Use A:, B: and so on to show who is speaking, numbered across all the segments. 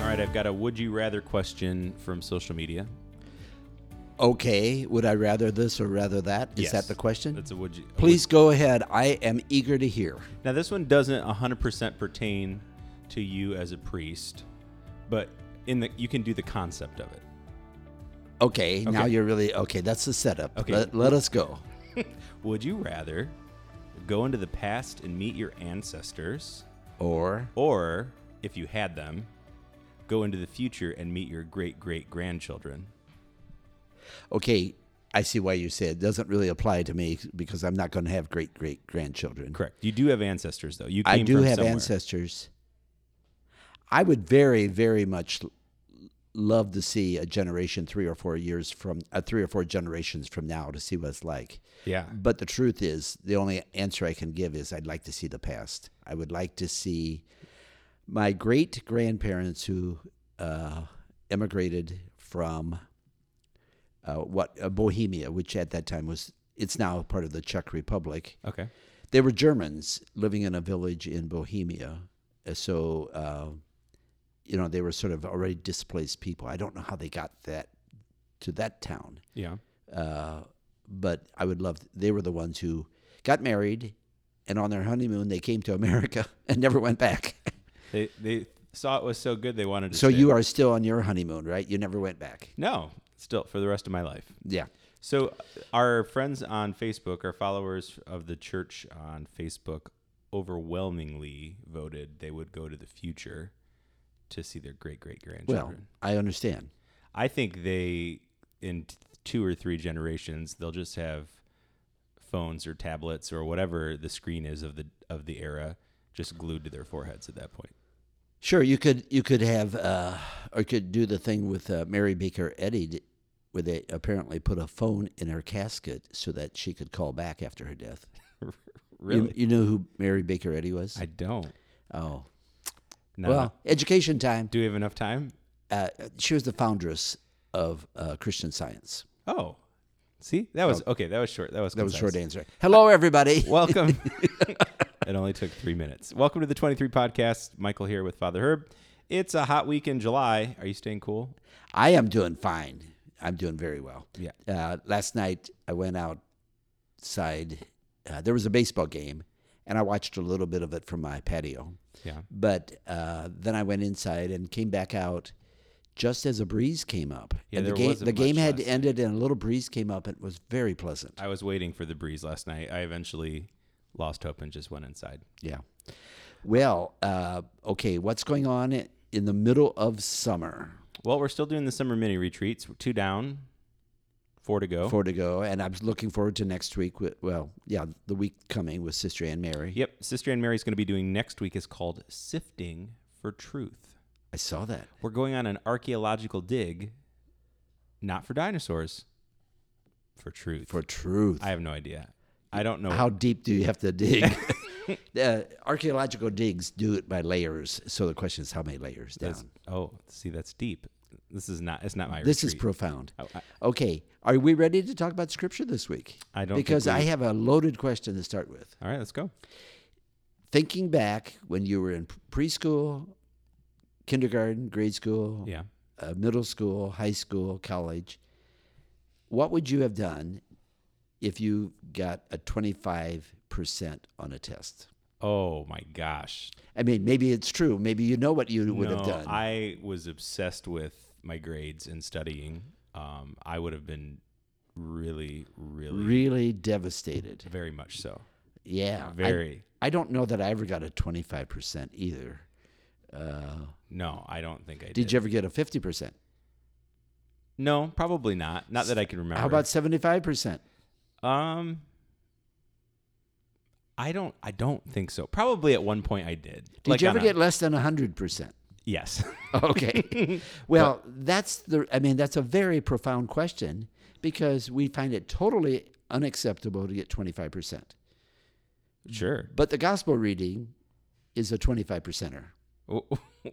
A: right, I've got a would you rather question from social media.
B: Okay, would I rather this or rather that? Is
A: Yes.
B: that the question?
A: That's a would you. a would-
B: Please go ahead. I am eager to hear.
A: Now, this one doesn't 100% pertain to you as a priest, but in the you can do the concept of it.
B: Okay, now
A: Okay.
B: you're really okay. That's the setup.
A: Okay.
B: Let, let us go.
A: Would you rather go into the past and meet your ancestors,
B: Or
A: or if you had them, go into the future and meet your great great grandchildren?
B: okay, I see why you said it doesn't really apply to me because I'm not going to have great great grandchildren.
A: Correct. You do have ancestors, though. You came
B: I do
A: from
B: have
A: somewhere.
B: ancestors. I would very, very much l- love to see a generation three or four years from uh, three or four generations from now to see what it's like.
A: Yeah.
B: But the truth is, the only answer I can give is I'd like to see the past. I would like to see my great grandparents who uh, emigrated from uh, what uh, Bohemia, which at that time was it's now part of the Czech Republic.
A: Okay.
B: They were Germans living in a village in Bohemia, Uh, so uh, you know they were sort of already displaced people. I don't know how they got that to that town
A: Yeah.
B: uh, but I would love. They were the ones who got married, and on their honeymoon they came to America and never went back.
A: They they saw it was so good they wanted to.
B: so
A: stay.
B: you are still on your honeymoon, right? You never went back.
A: no still for the rest of my life.
B: Yeah.
A: So, our friends on Facebook, our followers of the church on Facebook, overwhelmingly voted they would go to the future to see their great great grandchildren.
B: Well, I understand.
A: I think they, in t- two or three generations, they'll just have phones or tablets or whatever the screen is of the of the era just glued to their foreheads at that point.
B: Sure, you could you could have uh, or you could do the thing with uh, Mary Baker Eddy, d- where they apparently put a phone in her casket so that she could call back after her death. You-
A: really?
B: You, know who Mary Baker Eddy was?
A: I don't.
B: oh,
A: No.
B: well, education time.
A: do we have enough time?
B: uh, she was the foundress of uh, Christian Science.
A: Oh. See? That was okay, that was short. That was
B: Oh. That was a
A: concise.
B: short answer. Hello, everybody.
A: Welcome. it only took three minutes. Welcome to the 23 Podcast. Michael here with Father Herb. It's a hot week in July. Are you staying cool?
B: I am doing fine. I'm doing very well.
A: Yeah.
B: Uh, last night I went outside. Uh, there was a baseball game, and I watched a little bit of it from my patio.
A: Yeah.
B: But uh, then I went inside and came back out just as a breeze came up.
A: Yeah,
B: and the
A: there
B: game
A: wasn't
B: the game
A: much
B: had
A: last
B: ended, and a little breeze came up. and It was very pleasant.
A: I was waiting for the breeze last night. I eventually lost hope and just went inside.
B: Yeah. Well, uh, okay. What's going on i- in the middle of summer?
A: Well, we're still doing the summer mini retreats. Two down, four to go.
B: Four to go, and I'm looking forward to next week. With, well, yeah, the week coming with Sister Anne Mary.
A: Yep. Sister Anne Mary's going to be doing next week is called Sifting for Truth.
B: I saw that.
A: We're going on an archaeological dig, not for dinosaurs, for truth.
B: For truth,
A: I have no idea. I don't know.
B: how deep do you have to dig? uh, archaeological digs do it by layers, so the question is how many layers down.
A: That's- oh, see, that's deep. This is not. It's not my.
B: this is
A: retreat.
B: profound.
A: Oh, I-
B: Okay, are we ready to talk about scripture this week?
A: I don't think
B: because
A: we-
B: I have a loaded question to start with.
A: all right, let's go.
B: thinking back when you were in preschool, kindergarten, grade school,
A: Yeah.
B: uh, middle school, high school, college, what would you have done if you got a 25% on a test?
A: Oh my gosh.
B: I mean, maybe it's true. Maybe you know what you would
A: no,
B: have done.
A: I was obsessed with my grades and studying. Um, I would have been really, really,
B: really devastated.
A: very much so.
B: Yeah. I-
A: Very.
B: I, don't know that I ever got a 25% either. Uh,
A: no, I don't think I did.
B: did you ever get a 50%?
A: No, probably not. Not that I can remember.
B: How about 75%?
A: Um. I don't. I don't think so. Probably at one point I did.
B: Did
A: Like
B: you ever
A: on a-
B: get less than 100%?
A: Yes.
B: Okay. well, that's the I mean that's a very profound question because we find it totally unacceptable to get 25%.
A: sure.
B: But the gospel reading is a 25%er.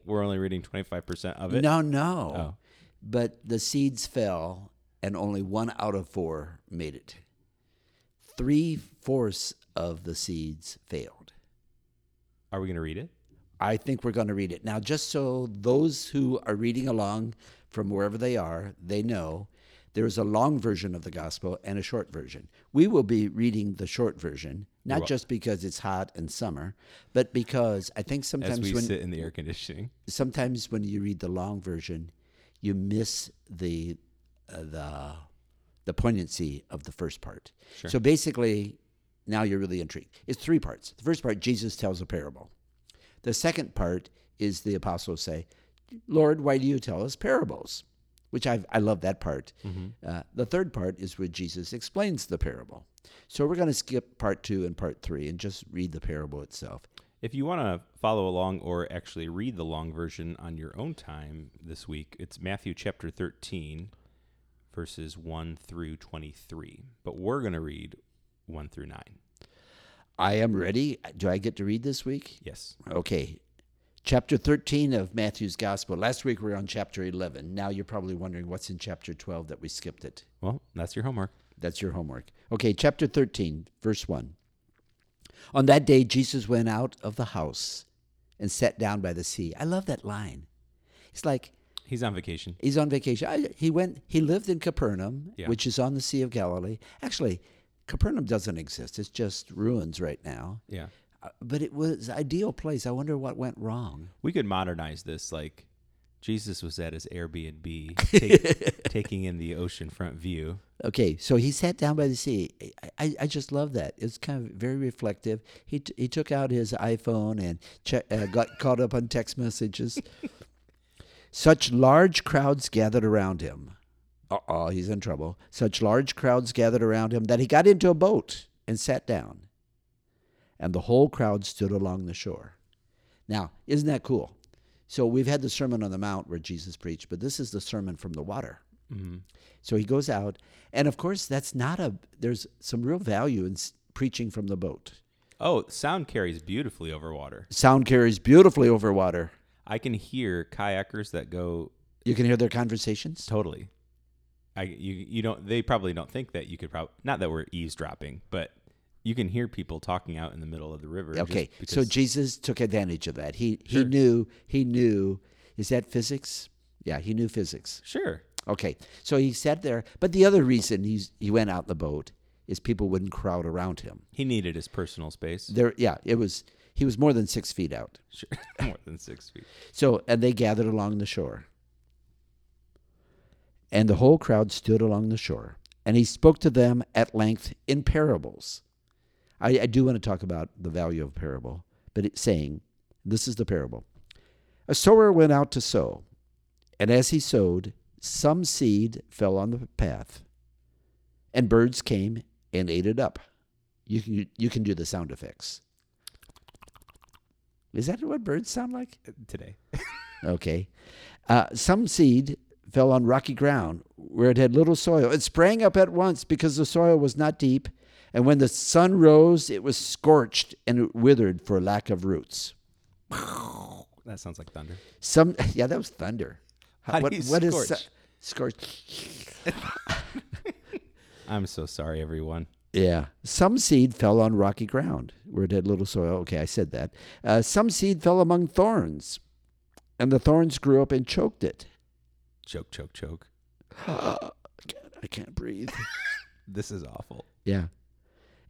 A: We're only reading twenty five percent of it.
B: No, no.
A: Oh.
B: But the seeds fell and only one out of 4 made it. 3 fourths of the seeds failed.
A: Are we going to read it?
B: I think we're going to read it. Now, just so those who are reading along from wherever they are, they know there is a long version of the gospel and a short version. We will be reading the short version, not
A: Right.
B: just because it's hot and summer, but because I think
A: as
B: sometimes
A: we
B: when
A: sit in the air conditioning.
B: sometimes when you read the long version, you miss the uh, the the poignancy of the first part. So basically, now you're really intrigued. It's three parts. The first part, Jesus tells a parable. The second part is the apostles say, "Lord, why do you tell us parables?" Which I I love that part. Uh, the third part is where Jesus explains the parable. So we're going to skip part two and part three and just read the parable itself.
A: If you want to follow along or actually read the long version on your own time this week, it's Matthew chapter 13, verses 1 through 23. But we're going to read 1 through 9.
B: I am ready. Do I get to read this week?
A: Yes.
B: Okay. Chapter 13 of Matthew's Gospel. Last week we were on chapter 11. Now you're probably wondering what's in chapter 12 that we skipped it.
A: Well, that's your homework.
B: That's your homework. Okay, chapter 13, verse 1. On that day, Jesus went out of the house and sat down by the sea. I love that line. It's like
A: He's on vacation.
B: he's on vacation. I, he went. He lived in Capernaum,
A: Yeah.
B: which is on the Sea of Galilee. Actually, Capernaum doesn't exist. It's just ruins right now.
A: Yeah.
B: Uh, But it was ideal place. I wonder what went wrong.
A: We could modernize this like Jesus was at his Airbnb take, taking in the oceanfront view.
B: Okay, so he sat down by the sea. I, I, I just love that. It's kind of very reflective. He t- he took out his iPhone and che- uh, got caught up on text messages. Such large crowds gathered around him. Uh oh, he's in trouble. Such large crowds gathered around him that he got into a boat and sat down. And the whole crowd stood along the shore. Now, isn't that cool? So we've had the Sermon on the Mount where Jesus preached, but this is the sermon from the water. So he goes out, and of course, that's not a. There's some real value in s- preaching from the boat.
A: Oh, sound carries beautifully over water.
B: Sound carries beautifully over water.
A: I can hear kayakers that go
B: You can hear their conversations.
A: Totally. I you you don't they probably don't think that you could probably not that we're eavesdropping, but you can hear people talking out in the middle of the river. just
B: Okay, so
A: because-
B: Jesus took advantage of that. He he
A: Sure.
B: knew he knew. Is that physics? Yeah, he knew physics.
A: sure,
B: Okay, so he sat there. But the other reason he's he went out in the boat is people wouldn't crowd around him.
A: he needed his personal space.
B: There, yeah, it was he was more than six feet out.
A: sure, more than six feet.
B: So, and they gathered along the shore. And the whole crowd stood along the shore. And he spoke to them at length in parables. I, I do want to talk about the value of a parable, but it's saying, this is the parable. A sower went out to sow, and as he sowed, some seed fell on the path, and birds came and ate it up. You can, you can do the sound effects. Is that what birds sound like?
A: Today,
B: Okay. Uh, some seed fell on rocky ground where it had little soil. It sprang up at once because the soil was not deep, and when the sun rose, it was scorched and it withered for lack of roots.
A: that sounds like thunder.
B: Some yeah, that was thunder.
A: How do you
B: su-
A: scorch?
B: scorched?
A: I'm so sorry, everyone.
B: Yeah. Some seed fell on rocky ground where it had little soil. Okay, I said that. Uh, some seed fell among thorns, and the thorns grew up and choked it.
A: Choke, choke, choke.
B: God, I can't breathe.
A: This is awful.
B: Yeah.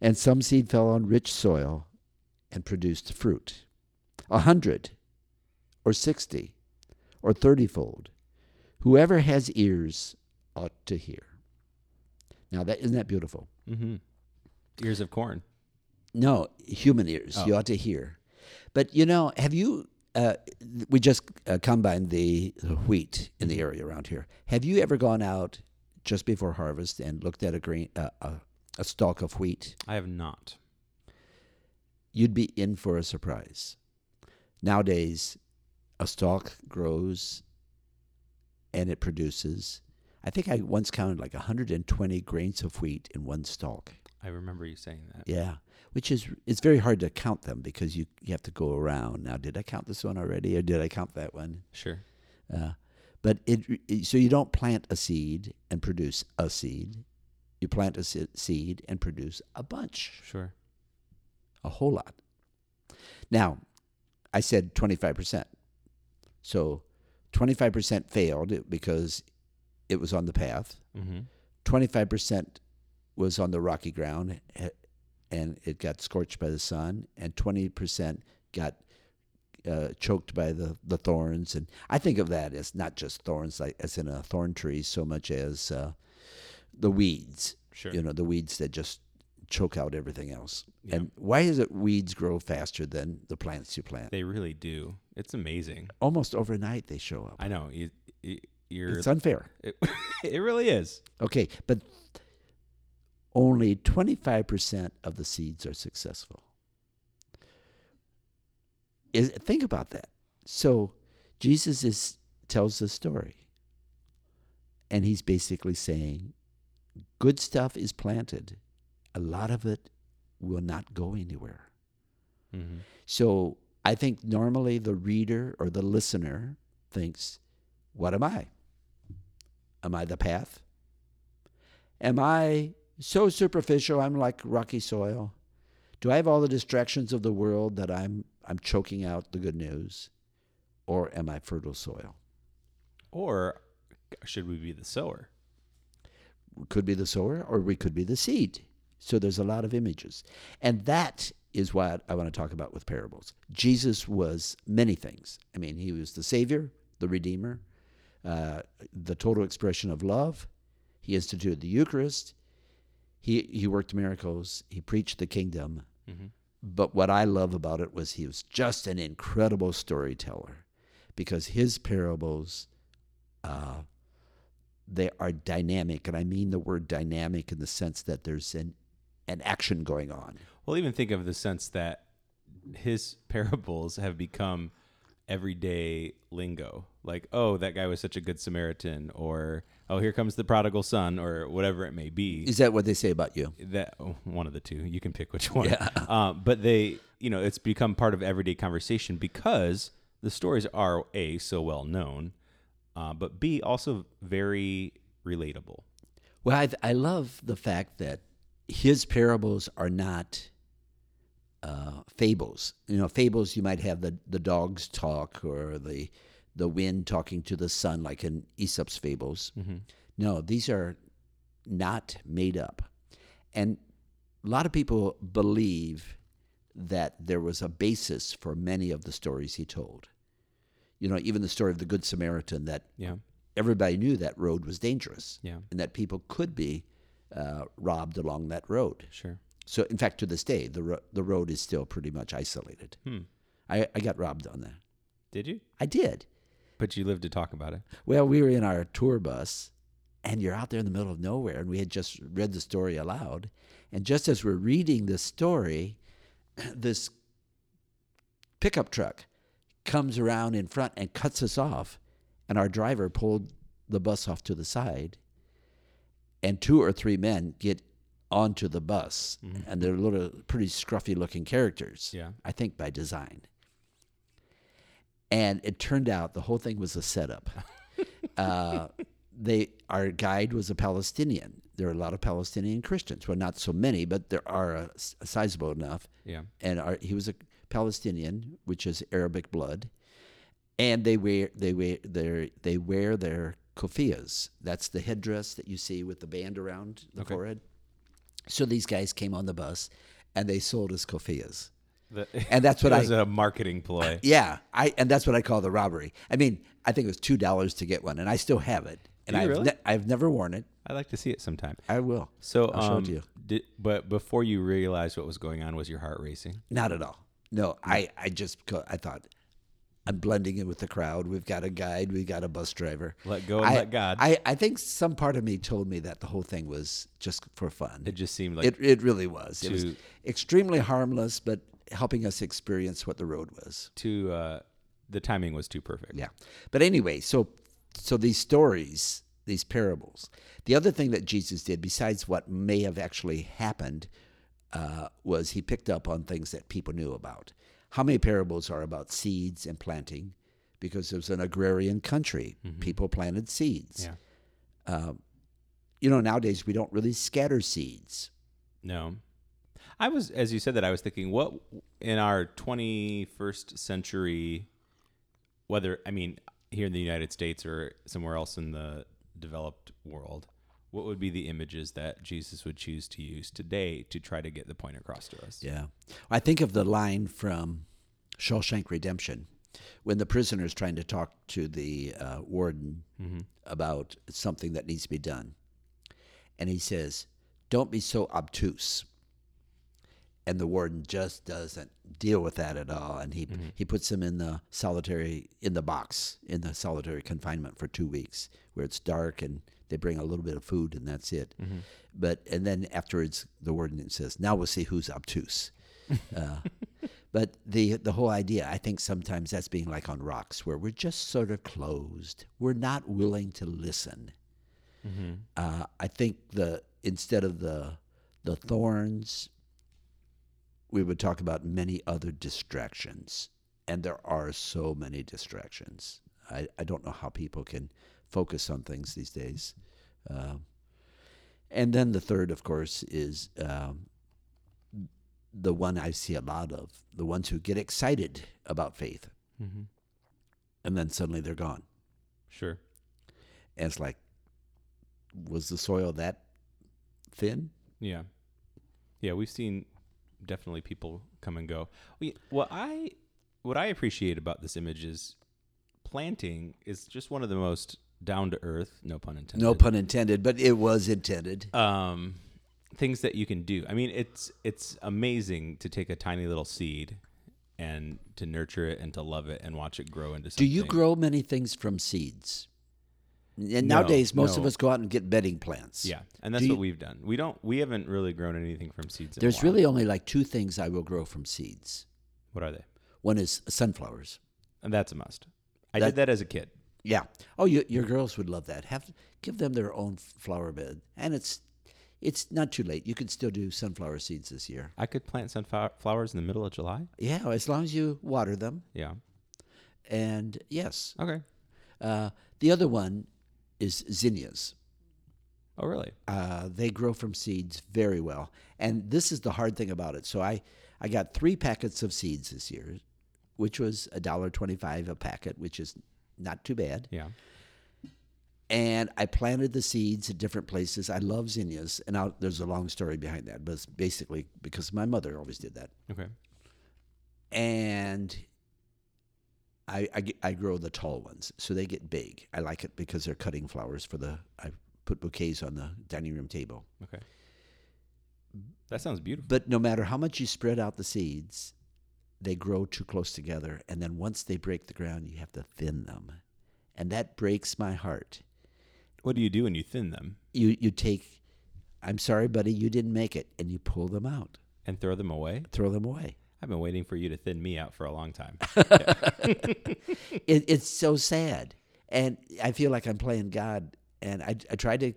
B: And some seed fell on rich soil and produced fruit a hundred, or sixty, or thirtyfold. Whoever has ears ought to hear. Now, that, isn't that beautiful?
A: Mm-hmm. Ears of corn.
B: No, human ears. You ought to hear. But you know, have you? Uh, we just uh, combined the wheat in the area around here. Have you ever gone out just before harvest and looked at a grain, uh, a, a stalk of wheat?
A: I have not.
B: you'd be in for a surprise. Nowadays, a stalk grows and it produces. I think I once counted like 120 grains of wheat in one stalk.
A: I remember you saying that.
B: Yeah, which is it's very hard to count them because you, you have to go around. Now, did I count this one already, or did I count that one?
A: Sure.
B: Uh, but it, it- so you don't plant a seed and produce a seed. You plant a se- seed and produce a bunch
A: Sure.
B: a whole lot. Now, I said 25%. So 25% failed because it was on the path.
A: Mm-hmm.
B: 25% was on the rocky ground eh, and it got scorched by the sun, and 20% got uh, choked by the, the thorns. And I think of that as not just thorns, like as in a thorn tree, so much as uh, the weeds,
A: Sure.
B: you know, the weeds that just choke out everything else.
A: Yeah.
B: And why is it weeds grow faster than the plants you plant?
A: They really do. It's amazing.
B: Almost overnight, they show up.
A: I know. You, you, you're.
B: It's unfair.
A: it, it really is.
B: Okay, but only 25% of the seeds are successful. Is, think about that. So Jesus is, tells the story, and he's basically saying good stuff is planted, a lot of it will not go anywhere.
A: Mm-hmm.
B: So I think normally the reader or the listener thinks, What am I? Am I the path? Am I so superficial I'm like rocky soil? Do I have all the distractions of the world that I'm I'm choking out the good news? Or am I fertile soil?
A: Or should we be the sower?
B: We could be the sower or we could be the seed. So there's a lot of images. And that is what I want to talk about with parables. Jesus was many things. I mean, he was the Savior, the Redeemer, uh, the total expression of love. He instituted the Eucharist. He, he worked miracles. He preached the kingdom. But what I love about it was he was just an incredible storyteller because his parables uh, they are dynamic and i mean the word dynamic in the sense that there's an an action going on
A: Well, even think of the sense that his parables have become everyday lingo. Like, oh, that guy was such a good Samaritan, or oh, here comes the prodigal son, or whatever it may be.
B: is that what they say about you
A: that oh, one of the two you can pick which one uh, but they you know it's become part of everyday conversation because the stories are a so well known uh, but b also very relatable
B: well i i love the fact that his parables are not uh, fables you know fables you might have the the dogs talk or the the wind talking to the sun like in aesop's fables no these are not made up and a lot of people believe that there was a basis for many of the stories he told. You know, even the story of the Good Samaritan, that
A: yeah
B: everybody knew that road was dangerous
A: yeah
B: and that people could be uh, robbed along that road.
A: sure
B: So, in fact, to this day, the, ro- the road is still pretty much isolated.
A: hmm
B: I, I got robbed on that.
A: did you
B: I did.
A: but you lived to talk about it
B: Well, we were in our tour bus, and you're out there in the middle of nowhere, and we had just read the story aloud. And just as we're reading the story, this pickup truck comes around in front and cuts us off, and our driver pulled the bus off to the side, and two or three men get onto the bus, and they're little, pretty scruffy-looking characters.
A: Yeah.
B: I think by design. And it turned out the whole thing was a setup. uh, they, our guide was a Palestinian. There are a lot of Palestinian Christians. Well, not so many, but there are a, s- a sizable enough.
A: yeah
B: And our, he was a Palestinian, which is Arabic blood. And they wear they wear their they wear their kofias. That's the headdress that you see with the band around the
A: Okay.
B: forehead. So these guys came on the bus, and they sold us kofias.
A: the,
B: And that's what
A: it
B: I-
A: was a marketing ploy
B: Yeah, I and that's what I call the robbery. I mean, I think it was two dollars to get one, and I still have it, and
A: Do you
B: I've
A: really?
B: ne- I've never worn it.
A: i'd like to see it sometime
B: I will.
A: so
B: I'll show it
A: um,
B: to you.
A: Did, but before you realized what was going on was your heart racing
B: Not at all. No, I I just co- I thought I'm blending in with the crowd. We've got a guide. We've got a bus driver.
A: Let go and
B: I-
A: let God.
B: I I think some part of me told me that the whole thing was just for fun.
A: it just seemed like
B: it it really was. It was
A: to-
B: extremely harmless, but helping us experience what the road was.
A: too uh, the timing was too perfect
B: Yeah. But anyway, so so these stories, these parables. The other thing that Jesus did, besides what may have actually happened, uh, was he picked up on things that people knew about. How many parables are about seeds and planting? Because it was an agrarian country, people planted seeds. Uh,
A: yeah
B: Um, you know, nowadays we don't really scatter seeds.
A: No. I was, as you said that, I was thinking, what in our 21st century, whether, I mean, here in the United States or somewhere else in the developed world, what would be the images that Jesus would choose to use today to try to get the point across to us?
B: Yeah. I think of the line from Shawshank Redemption when the prisoner is trying to talk to the uh, warden about something that needs to be done. And he says, Don't be so obtuse. And the warden just doesn't deal with that at all. And he, he puts him in the solitary, in the box, in the solitary confinement for two weeks where it's dark and they bring a little bit of food and that's it. But, and then afterwards, the warden says, Now we'll see who's obtuse. Uh, But the the whole idea, I think sometimes that's being like on rocks, where we're just sort of closed. We're not willing to listen. Uh, I think the instead of the the thorns, we would talk about many other distractions, and there are so many distractions. I, I don't know how people can focus on things these days. Um and then the third, of course, is um, the one I see a lot of, the ones who get excited about faith
A: Mm-hmm.
B: and then suddenly they're gone.
A: Sure.
B: And it's like, was the soil that thin?
A: Yeah. Yeah, we've seen definitely people come and go. We, what I what I appreciate about this image is planting is just one of the most down to earth, no pun intended.
B: No pun intended, but it was intended.
A: um things that you can do. I mean, it's it's amazing to take a tiny little seed and to nurture it and to love it and watch it grow into
B: Do
A: something.
B: you grow many things from seeds? And nowadays, most of
A: no.
B: us go out and get bedding plants.
A: Yeah, and that's
B: do
A: what
B: you-
A: we've done. We don't we haven't really grown anything from seeds. in a
B: There's
A: while.
B: really only like two things I will grow from seeds
A: what are they?
B: one is sunflowers.
A: And that's a must. I
B: That-
A: did that as a kid.
B: Yeah. Oh, you, your girls would love that. Have give them their own flower bed, and it's it's not too late. You can still do sunflower seeds this year.
A: I could plant sunflowers in the middle of July.
B: Yeah, as long as you water them.
A: Yeah.
B: And yes,
A: Okay.
B: uh, the other one is zinnias.
A: Oh, really?
B: Uh, they grow from seeds very well, and this is the hard thing about it. So I I got three packets of seeds this year, which was a dollar twenty five a packet, which is not too bad.
A: Yeah.
B: and I planted the seeds at different places. I love zinnias, and i there's a long story behind that, but it's basically because my mother always did that.
A: Okay.
B: And I, I g- I grow the tall ones, so they get big. I like it because they're cutting flowers for the. I put bouquets on the dining room table.
A: Okay. That sounds beautiful.
B: But no matter how much you spread out the seeds, they grow too close together. And then once they break the ground, you have to thin them. And that breaks my heart.
A: What do you do when you thin them
B: you you take i'm sorry buddy you didn't make it and you pull them out
A: and throw them away?
B: throw them away
A: I've been waiting for you to thin me out for a long time.
B: it, it's so sad and i feel like i'm playing god and i, I try to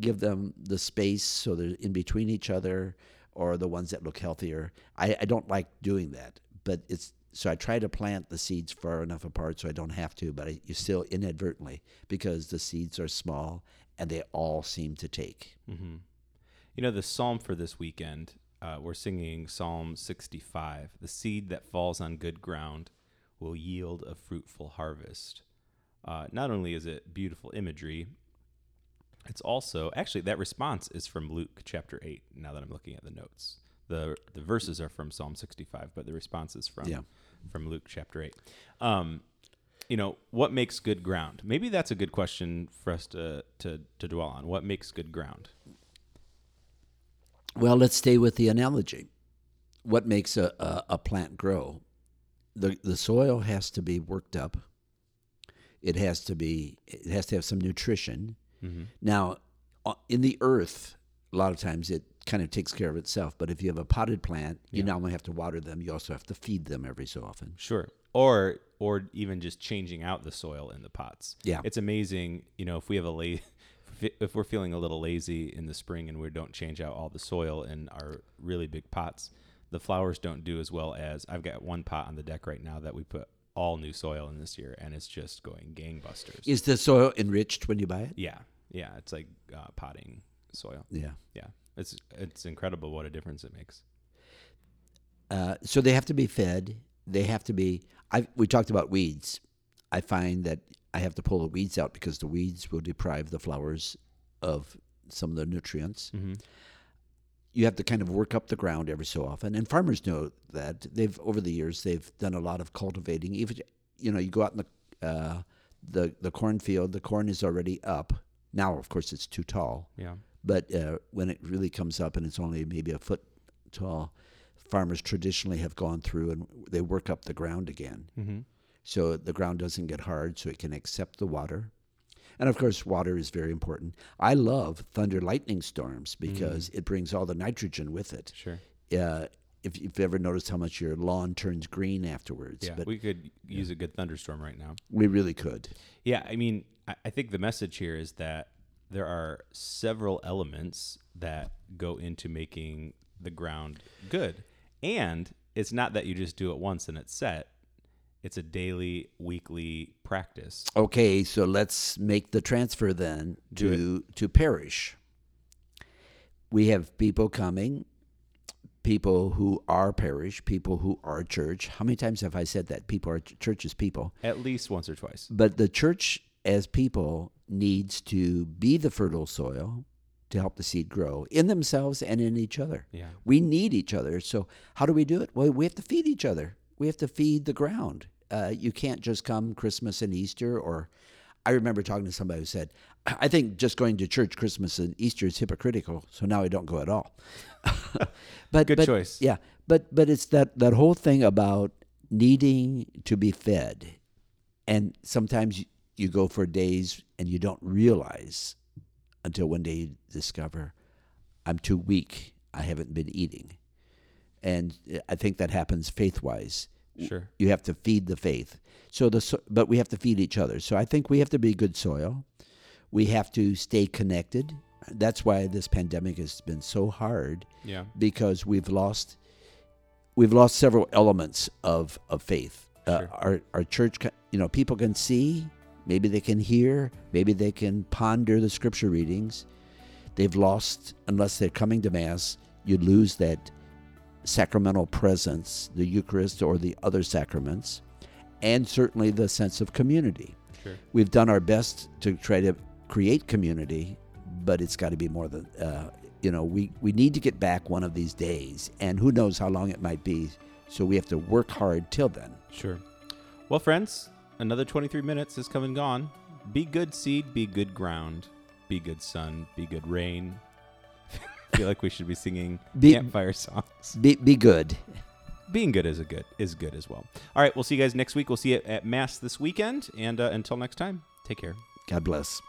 B: give them the space so they're in between each other or the ones that look healthier i, I don't like doing that but it's so i try to plant the seeds far enough apart so i don't have to but I, you still inadvertently because the seeds are small and they all seem to take
A: you know, the psalm for this weekend, uh, we're singing Psalm 65. The seed that falls on good ground will yield a fruitful harvest. Uh, not only is it beautiful imagery, it's also actually that response is from Luke chapter 8. Now that I'm looking at the notes, the the verses are from Psalm 65, but the response is from
B: Yeah.
A: from Luke chapter 8. Um, you know, what makes good ground? Maybe that's a good question for us to to to dwell on. What makes good ground?
B: Well, let's stay with the analogy. What makes a, a, a plant grow? The, the soil has to be worked up. It has to be it has to have some nutrition. Now, o- in the earth, a lot of times it kind of takes care of itself. But if you have a potted plant, you not only have to water them, you also have to feed them every so often.
A: Sure. Or or even just changing out the soil in the pots.
B: Yeah.
A: It's amazing, you know, if we have a la- if we're feeling a little lazy in the spring and we don't change out all the soil in our really big pots, the flowers don't do as well as I've got one pot on the deck right now that we put all new soil in this year and it's just going gangbusters.
B: Is the soil enriched when you buy it?
A: yeah. Yeah, it's like uh, potting soil.
B: Yeah.
A: Yeah. It's it's incredible what a difference it makes.
B: uh, so they have to be fed. They have to be. I we talked about weeds. I find that I have to pull the weeds out because the weeds will deprive the flowers of some of the nutrients.
A: Mm-hmm.
B: You have to kind of work up the ground every so often, and farmers know that. They've over the years they've done a lot of cultivating. Even you know you go out in the uh, the the cornfield, the corn is already up. Now, of course, it's too tall
A: Yeah.
B: but uh, when it really comes up and it's only maybe a foot tall, farmers traditionally have gone through and they work up the ground again,
A: Mm-hmm.
B: so the ground doesn't get hard, so it can accept the water. And of course, water is very important. I love thunder lightning storms because it brings all the nitrogen with it.
A: Sure.
B: Uh, if you've ever noticed how much your lawn turns green afterwards,
A: Yeah.
B: but we,
A: we could use a good thunderstorm right now.
B: really could.
A: Yeah, I mean, I, I think the message here is that there are several elements that go into making the ground good. And it's not that you just do it once and it's set. It's a daily, weekly practice.
B: Okay, so let's make the transfer then
A: Do
B: to to parish. We have people coming, people who are parish, people who are church. How many times have I said that? People are church is people,
A: At least once or twice.
B: but the church as people needs to be the fertile soil to help the seed grow in themselves and in each other.
A: Yeah.
B: We need each other. So how do we do it? Well, we have to feed each other. We have to feed the ground. Uh, you can't just come Christmas and Easter. Or I remember talking to somebody who said, "I I think just going to church Christmas and Easter is hypocritical, so now I don't go at all." but
A: Good
B: but-
A: choice.
B: Yeah, but but it's that that whole thing about needing to be fed, and sometimes you go for days and you don't realize until one day you discover I'm too weak. I haven't been eating. And uh, I think that happens faith wise.
A: Sure.
B: You have to feed the faith. So the so- but we have to feed each other. So I think we have to be good soil. We have to stay connected. That's why this pandemic has been so hard
A: Yeah.
B: because we've lost we've lost several elements of of faith. Uh,
A: Sure.
B: our our church, co- you know, people can see, maybe they can hear, maybe they can ponder the scripture readings. They've lost unless they're coming to mass. You lose that sacramental presence, the Eucharist or the other sacraments, and certainly the sense of community.
A: Sure.
B: We've done our best to try to create community, but it's got to be more than, uh, you know, we, we need to get back one of these days, and who knows how long it might be. So we have to work hard till then.
A: Sure. Well, friends, another 23 minutes is come and gone. Be good seed, be good ground, be good sun, be good rain. I feel like we should be singing
B: Be-
A: campfire songs.
B: Be, be good.
A: Being good is a good is good as well. All right, we'll see you guys next week. We'll see you at mass this weekend, and uh, until next time, take care.
B: God bless.